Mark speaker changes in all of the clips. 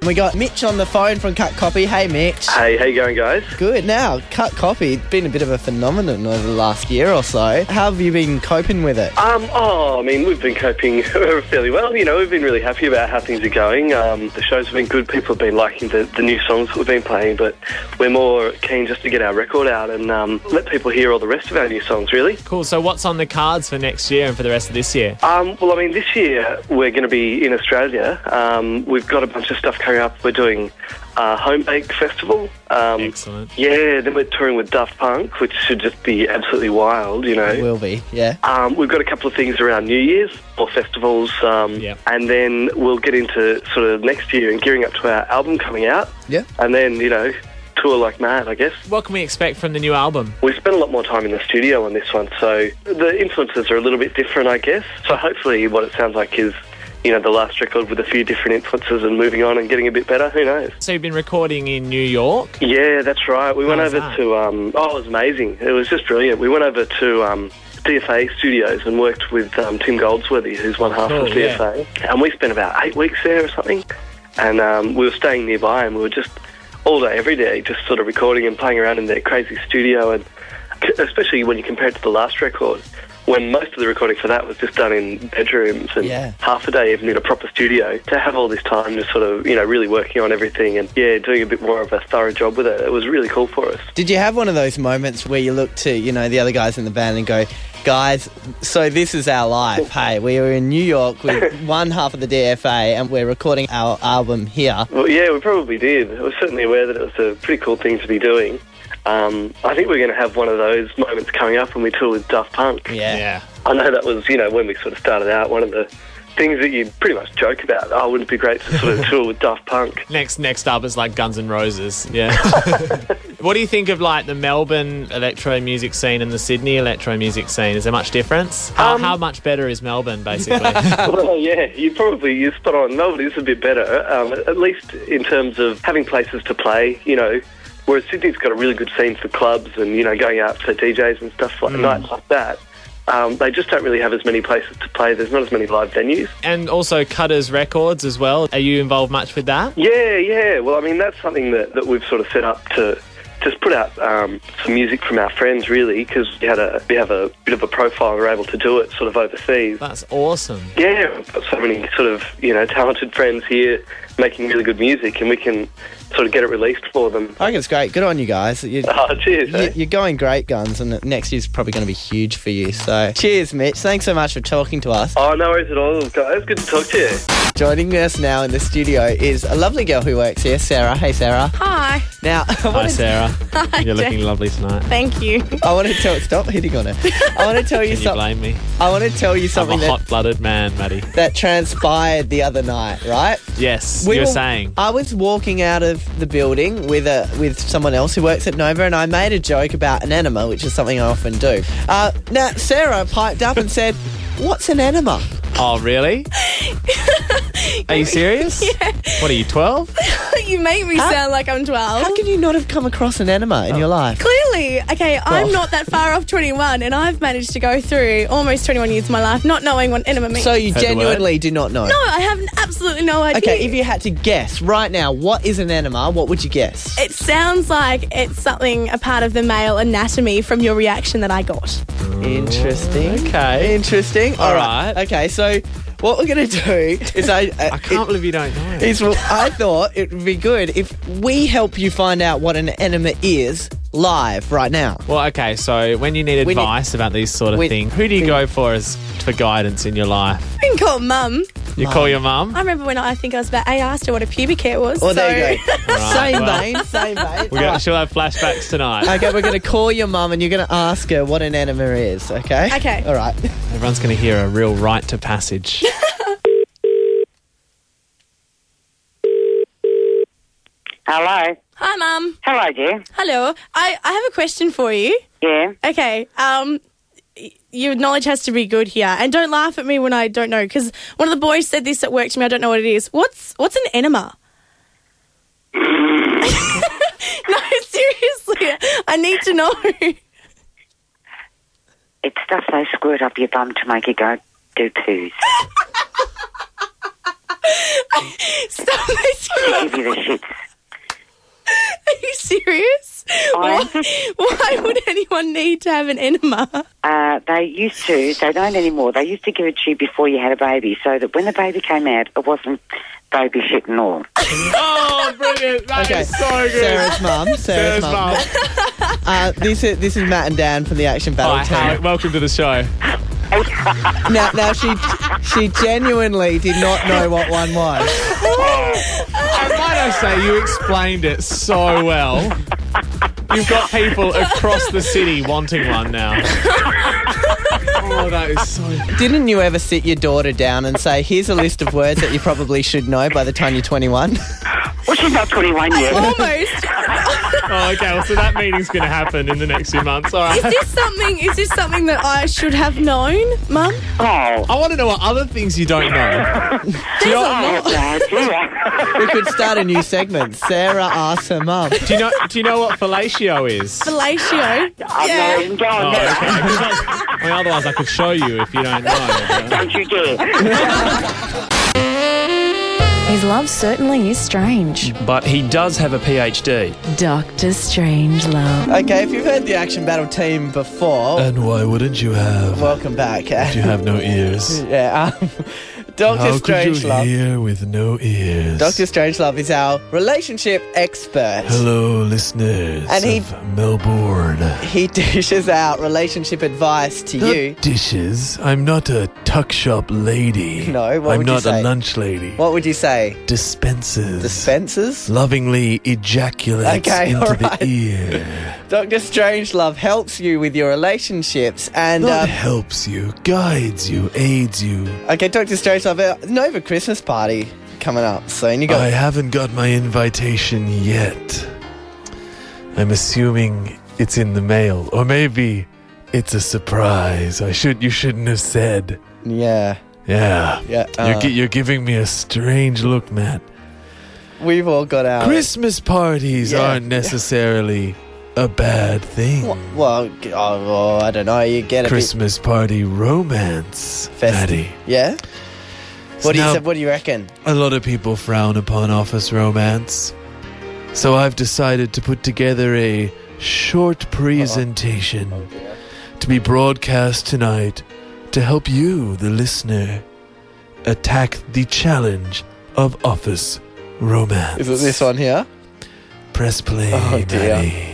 Speaker 1: And we got Mitch on the phone from Cut Copy. Hey, Mitch.
Speaker 2: Hey, how you going, guys?
Speaker 1: Good. Now, Cut Copy, been a bit of a phenomenon over the last year or so. How have you been coping with it?
Speaker 2: Um, oh, I mean, we've been coping fairly well. You know, we've been really happy about how things are going. Um, the shows have been good. People have been liking the, the new songs that we've been playing, but we're more keen just to get our record out and um, let people hear all the rest of our new songs, really.
Speaker 3: Cool. So, what's on the cards for next year and for the rest of this year?
Speaker 2: Um, well, I mean, this year we're going to be in Australia. Um, we've got a bunch of stuff coming up. We're doing uh, Home Bake Festival. Um,
Speaker 3: Excellent.
Speaker 2: Yeah, then we're touring with Daft Punk, which should just be absolutely wild, you know.
Speaker 1: Will be, yeah.
Speaker 2: Um, we've got a couple of things around New Year's or festivals, um,
Speaker 3: Yep.
Speaker 2: and then we'll get into sort of next year and gearing up to our album coming out,
Speaker 1: Yeah.
Speaker 2: and then you know tour like mad, I guess.
Speaker 3: What can we expect from the new album?
Speaker 2: We spent a lot more time in the studio on this one, so the influences are a little bit different, I guess. So hopefully, what it sounds like is. You know, the last record with a few different influences and moving on and getting a bit better. Who knows?
Speaker 3: So, you've been recording in New York.
Speaker 2: Yeah, that's right. We went
Speaker 3: How's
Speaker 2: over
Speaker 3: that?
Speaker 2: to. Um, oh, it was amazing. It was just brilliant. We went over to um, DFA Studios and worked with um, Tim Goldsworthy, who's one half
Speaker 3: Cool,
Speaker 2: of DFA, and we spent about eight weeks there or something. And um, we were staying nearby, and we were just all day, every day, just sort of recording and playing around in their crazy studio, and especially when you compare it to the last record. When most of the recording for that was just done in bedrooms and
Speaker 1: Yeah.
Speaker 2: half a day even in a proper studio to have all this time just sort of you know really working on everything and yeah doing a bit more of a thorough job with it it was really cool for us
Speaker 1: Did you have one of those moments where you look to, you know, the other guys in the band and go, guys, so this is our life. Hey, we are in New York with one half of the DFA and we're recording our album here.
Speaker 2: well yeah we probably did i was certainly aware that it was a pretty cool thing to be doing um, I think we're going to have one of those moments coming up when we tour with Daft Punk.
Speaker 1: Yeah.
Speaker 2: I know that was, you know, when we sort of started out, one of the things that you pretty much joke about. Oh, wouldn't it be great to sort of tour with Daft Punk?
Speaker 3: Next, next up is like Guns N' Roses. Yeah. what do you think of like the Melbourne electro music scene and the Sydney electro music scene? Is there much difference?
Speaker 4: Um,
Speaker 3: How, how much better is Melbourne, basically?
Speaker 2: Well, yeah, you probably you spot on. Melbourne is a bit better, um, at least in terms of having places to play. You know, whereas Sydney's got a really good scene for clubs and you know going out for DJs and stuff like nights like that. Um, they just don't really have as many places to play. There's not as many live venues.
Speaker 3: and also Cutters Records as well. Are you involved much with that?
Speaker 2: Yeah, yeah. Well, I mean, that's something that, that we've sort of set up to just put out um, some music from our friends, really, because we had a we have a bit of a profile. and We're able to do it sort of overseas.
Speaker 3: That's awesome.
Speaker 2: Yeah, we've got so many sort of you know talented friends here making really good music, and we can sort of get it released for them.
Speaker 1: I think it's great. Good on you guys. You,
Speaker 2: Oh, cheers! eh?
Speaker 1: you, you're going great, Guns, and next year's probably going to be huge for you. So, cheers, Mitch. Thanks so much for talking to us.
Speaker 2: Oh, no worries at all, guys. Good to talk to you.
Speaker 1: Joining us now in the studio is a lovely girl who works here, Sarah. Hey, Sarah.
Speaker 4: Hi.
Speaker 1: Now, I
Speaker 3: Hi,
Speaker 1: wanted to
Speaker 3: Sarah.
Speaker 4: Hi,
Speaker 3: You're
Speaker 4: Jack.
Speaker 3: looking lovely tonight.
Speaker 4: Thank you.
Speaker 1: I want to tell. Stop hitting on it. I want to tell you
Speaker 3: Can you
Speaker 1: something.
Speaker 3: blame me?
Speaker 1: I want to tell you
Speaker 3: I'm a
Speaker 1: something that,
Speaker 3: hot blooded man, Maddie.
Speaker 1: that transpired the other night. Right?
Speaker 3: Yes,
Speaker 1: We
Speaker 3: you're
Speaker 1: were-
Speaker 3: saying.
Speaker 1: I was walking out of the building with a with someone else who works at Nova, and I made a joke about an enema, which is something I often do. Uh, now, Sarah piped up and said, "What's an enema?"
Speaker 3: Oh, really? Are you serious? What are you, 12?
Speaker 4: you make me sound like I'm 12.
Speaker 1: How can you not have come across an enema
Speaker 3: Oh.
Speaker 1: in your life?
Speaker 4: Clearly, okay,
Speaker 1: Well.
Speaker 4: I'm not that far off 21, and I've managed to go through almost 21 years of my life not knowing what enema means.
Speaker 1: So you
Speaker 3: Heard the
Speaker 1: genuinely do not know.
Speaker 4: no, I have absolutely no idea.
Speaker 1: Okay, if you had to guess right now, what is an enema? What would you guess?
Speaker 4: it sounds like it's something a part of the male anatomy from your reaction that I got.
Speaker 1: Interesting.
Speaker 3: Okay.
Speaker 1: Interesting. All right.
Speaker 3: Alright.
Speaker 1: Okay, so what we're going to do is I. uh,
Speaker 3: I can't believe you don't know.
Speaker 1: Is, well, I thought it would be good if we help you find out what an enema is live right now.
Speaker 3: Well, okay, so when you need
Speaker 1: When you-
Speaker 3: advice about these sort of
Speaker 1: when-
Speaker 3: things, who do you go for as for guidance in your life?
Speaker 4: I can call mum.
Speaker 3: You call your mum?
Speaker 4: I remember when I think I was about eight, I asked her what a pubic hair was.
Speaker 1: Well,
Speaker 4: so
Speaker 1: Oh, there you go.
Speaker 3: All right,
Speaker 1: same
Speaker 3: well,
Speaker 1: vein, same vein.
Speaker 3: We're gonna, she'll have flashbacks tonight.
Speaker 1: Okay, we're going to call your mum and you're going to ask her what an enema is, okay?
Speaker 4: Okay.
Speaker 1: All right.
Speaker 3: Everyone's going to hear a real rite to passage.
Speaker 5: Hello.
Speaker 4: Hi, mum.
Speaker 5: Hello, dear.
Speaker 4: Hello. I, I have a question for you.
Speaker 5: Yeah.
Speaker 4: Okay. Um, y- your knowledge has to be good here, and don't laugh at me when I don't know. Because one of the boys said this at work to me. I don't know what it is. What's what's an enema? no, seriously, I need to know.
Speaker 5: It's stuff they squirt up your bum to make you go do poos.
Speaker 4: Stop making me
Speaker 5: Give you the shits.
Speaker 4: Are you serious? Why, why would anyone need to have an enema?
Speaker 5: Uh, they used to, they don't anymore. They used to give it to you before you had a baby so that when the baby came out, it wasn't baby shit and all.
Speaker 3: Oh, brilliant. That is
Speaker 1: Okay.
Speaker 3: so good.
Speaker 1: Sarah's mum.
Speaker 3: Sarah's
Speaker 1: Sarah's, mum.
Speaker 3: mum.
Speaker 1: Uh, this is this is Matt and Dan from the Action Battle
Speaker 3: Hi,
Speaker 1: team.
Speaker 3: Howard, welcome to the show.
Speaker 1: Now, now she she genuinely did not know what one was.
Speaker 3: And might I say, you explained it so well. You've got people across the city wanting one now. Oh, that is so.
Speaker 1: Didn't you ever sit your daughter down and say, "Here's a list of words that you probably should know by the time you're 21"?
Speaker 5: Well, she's not 21 yet.
Speaker 4: Almost.
Speaker 3: Oh, okay. Well, so that meeting's going to happen in the next few months. All
Speaker 4: Is
Speaker 3: right.
Speaker 4: this something? Is this something that I should have known, Mum?
Speaker 5: Oh,
Speaker 3: I want to know what other things you don't know. Do you know,
Speaker 5: oh, God, dear.
Speaker 1: we could start a new segment. Sarah asks her mum.
Speaker 3: do you know? Do you know what fellatio is?
Speaker 4: Fellatio.
Speaker 5: I'm not
Speaker 4: Yeah.
Speaker 5: even going
Speaker 3: Oh, okay.
Speaker 5: there.
Speaker 3: 'Cause I- I mean, otherwise, I could show you if you don't know.
Speaker 5: Don't you dare.
Speaker 6: His love certainly is strange.
Speaker 7: but he does have a PhD.
Speaker 6: Doctor Strange Love.
Speaker 1: Okay, if you've heard the Action Battle team before,
Speaker 8: And why wouldn't you have?
Speaker 1: welcome back.
Speaker 8: You have no ears.
Speaker 1: yeah, um, Doctor
Speaker 8: How could you
Speaker 1: Strangelove.
Speaker 8: hear with no ears?
Speaker 1: Doctor Strangelove is our relationship expert.
Speaker 8: Hello, listeners
Speaker 1: And he-
Speaker 8: of Melbourne.
Speaker 1: He dishes out relationship advice to you.
Speaker 8: Not dishes. I'm not a tuck shop lady.
Speaker 1: No, what
Speaker 8: I'm
Speaker 1: would you
Speaker 8: not
Speaker 1: say?
Speaker 8: a lunch lady.
Speaker 1: What would you say?
Speaker 8: Dispenses.
Speaker 1: Dispensers?
Speaker 8: Lovingly ejaculates
Speaker 1: Okay,
Speaker 8: into
Speaker 1: alright.
Speaker 8: the ear.
Speaker 1: Doctor Strangelove helps you with your relationships and.
Speaker 8: Not
Speaker 1: Um,
Speaker 8: helps you, guides you, aids you.
Speaker 1: Okay, Doctor Strangelove, uh, Nova Christmas party coming up soon. You got
Speaker 8: I haven't got my invitation yet. I'm assuming it's in the mail, or maybe it's a surprise. I should you shouldn't have said.
Speaker 1: yeah,
Speaker 8: Yeah,
Speaker 1: yeah.
Speaker 8: you're,
Speaker 1: uh,
Speaker 8: gi- you're giving me a strange look, Matt.
Speaker 1: we've all got our
Speaker 8: Christmas parties
Speaker 1: Uh, Yeah.
Speaker 8: aren't necessarily a bad thing.
Speaker 1: Wh- Well, g- oh, well, I don't know. You get a
Speaker 8: Christmas party romance,
Speaker 1: bit
Speaker 8: Maddie.
Speaker 1: festive. Yeah. What do you
Speaker 8: Now-
Speaker 1: say- What do you reckon?
Speaker 8: A lot of people frown upon office romance. So I've decided to put together a short presentation to be broadcast tonight to help you, the listener, attack the challenge of office romance.
Speaker 1: Is it this one here?
Speaker 8: Press play,
Speaker 1: Oh, dear.
Speaker 8: Maddie.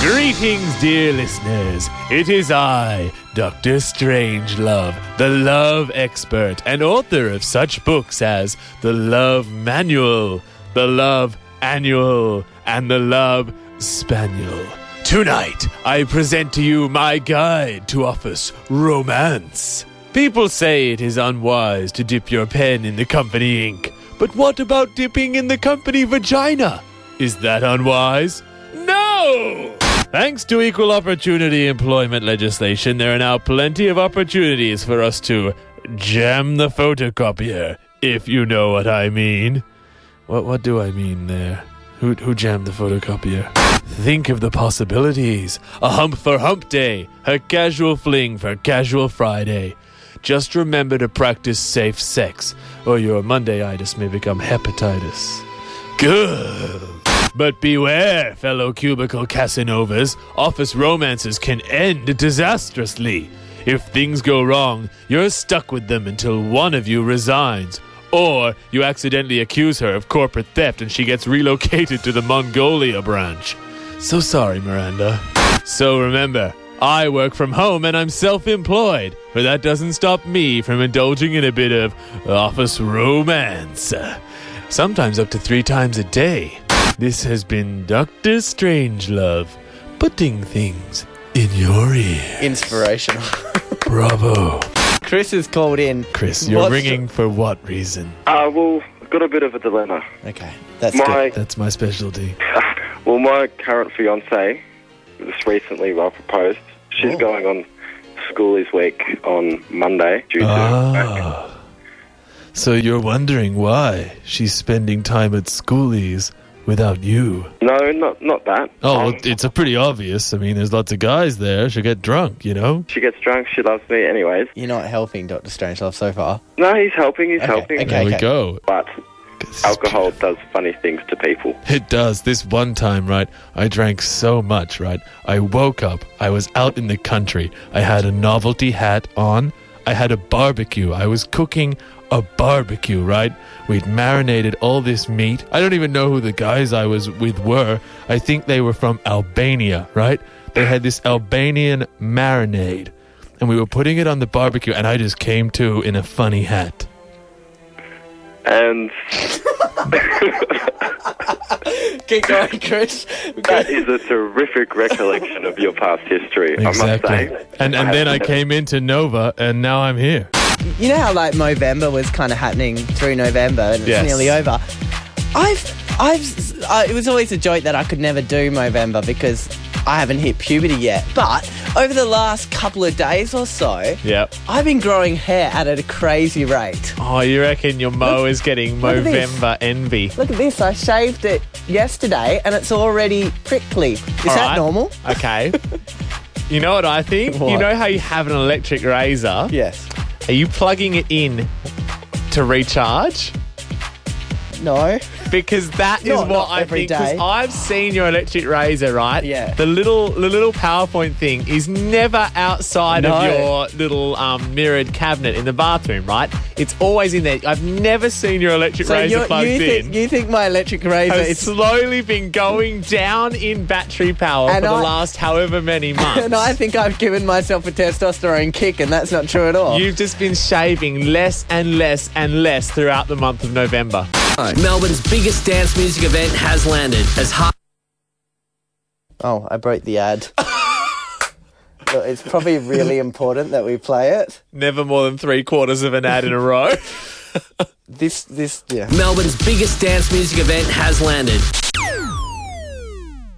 Speaker 8: Greetings, dear listeners. It is I, Dr. Strangelove, the love expert and author of such books as The Love Manual, The Love Annual, and The Love Spaniel. Tonight, I present to you my guide to office romance. People say it is unwise to dip your pen in the company ink, but what about dipping in the company vagina? Is that unwise? No! Thanks to equal opportunity employment legislation, there are now plenty of opportunities for us to jam the photocopier, if you know what I mean. What what do I mean there? Who who jammed the photocopier? Think of the possibilities. A hump for hump day, a casual fling for casual Friday. Just remember to practice safe sex, or your Mondayitis may become hepatitis. Good. But beware, fellow cubicle Casanovas, office romances can end disastrously. If things go wrong, you're stuck with them until one of you resigns, or you accidentally accuse her of corporate theft and she gets relocated to the Mongolia branch. So sorry, Miranda. So remember, I work from home and I'm self employed, but that doesn't stop me from indulging in a bit of office romance. Sometimes up to three times a day. This has been Dr. Strangelove putting things in your ear.
Speaker 1: Inspirational.
Speaker 8: Bravo.
Speaker 1: Chris has called in.
Speaker 8: Chris, you're
Speaker 1: What's-
Speaker 8: ringing for what reason?
Speaker 2: Uh, well, I've got a bit of a dilemma.
Speaker 1: Okay, that's good.
Speaker 2: My
Speaker 8: That's my specialty.
Speaker 2: well, my current fiance, just recently, well, proposed. She's
Speaker 1: Oh.
Speaker 2: going on schoolies week on Monday due to.
Speaker 8: Ah. So you're wondering why she's spending time at schoolies without you.
Speaker 2: No, not not that.
Speaker 8: Oh,
Speaker 2: Um,
Speaker 8: well, it's a pretty obvious. I mean, there's lots of guys there. She'll get drunk, you know?
Speaker 2: she gets drunk. She loves me, anyways.
Speaker 1: You're not helping Doctor Strangelove so far.
Speaker 2: No, he's helping. He's
Speaker 1: Okay,
Speaker 2: helping.
Speaker 1: okay.
Speaker 8: There we go.
Speaker 2: But
Speaker 8: This is
Speaker 2: alcohol does funny things to people.
Speaker 8: It does. This one time, right? I drank so much, right? I woke up. I was out in the country. I had a novelty hat on. I had a barbecue. I was cooking a barbecue, right? We'd marinated all this meat. I don't even know who the guys I was with were. I think they were from Albania, right? They had this Albanian marinade. And we were putting it on the barbecue, and I just came to in a funny hat.
Speaker 2: And
Speaker 1: Keep going, Chris.
Speaker 2: that is a terrific recollection of your past history, I must say.
Speaker 8: And and then I came into Nova, and now I'm here.
Speaker 1: You know how like Movember was kind of happening through November and it's
Speaker 8: Yes.
Speaker 1: nearly over. I've, I've, I, it was always a joke that I could never do Movember because I haven't hit puberty yet. But over the last couple of days or so,
Speaker 3: Yep.
Speaker 1: I've been growing hair out at a crazy rate.
Speaker 3: Oh, you reckon your mo is getting
Speaker 1: look at this.
Speaker 3: Movember envy?
Speaker 1: Look at this. I shaved it yesterday and it's already prickly. Is
Speaker 3: All
Speaker 1: that
Speaker 3: right.
Speaker 1: normal?
Speaker 3: Okay. you know what I think? You
Speaker 1: What?
Speaker 3: know how you have an electric razor?
Speaker 1: Yes.
Speaker 3: Are you plugging it in to recharge?
Speaker 1: No.
Speaker 3: Because that is
Speaker 1: No,
Speaker 3: what
Speaker 1: not
Speaker 3: I
Speaker 1: every
Speaker 3: think. 'cause
Speaker 1: day.
Speaker 3: I've seen your electric razor, right?
Speaker 1: Yeah.
Speaker 3: The little the little PowerPoint thing is never outside
Speaker 1: No.
Speaker 3: of your little um, mirrored cabinet in the bathroom, right? It's always in there. I've never seen your electric
Speaker 1: So
Speaker 3: razor
Speaker 1: you're,
Speaker 3: plugged
Speaker 1: you,
Speaker 3: in. Oh,
Speaker 1: think, you think my electric razor
Speaker 3: has
Speaker 1: is.
Speaker 3: slowly been going down in battery power for
Speaker 1: And
Speaker 3: the
Speaker 1: I-
Speaker 3: last however many months.
Speaker 1: And I think I've given myself a testosterone kick, and that's not true at all.
Speaker 3: You've just been shaving less and less and less throughout the month of November.
Speaker 9: Melbourne's biggest dance music event has landed as hard.
Speaker 1: Oh, I broke the ad. Look, it's probably really important that we play it.
Speaker 3: Never more than three quarters of an ad in a row.
Speaker 1: This, this, yeah.
Speaker 9: Melbourne's biggest dance music event has landed.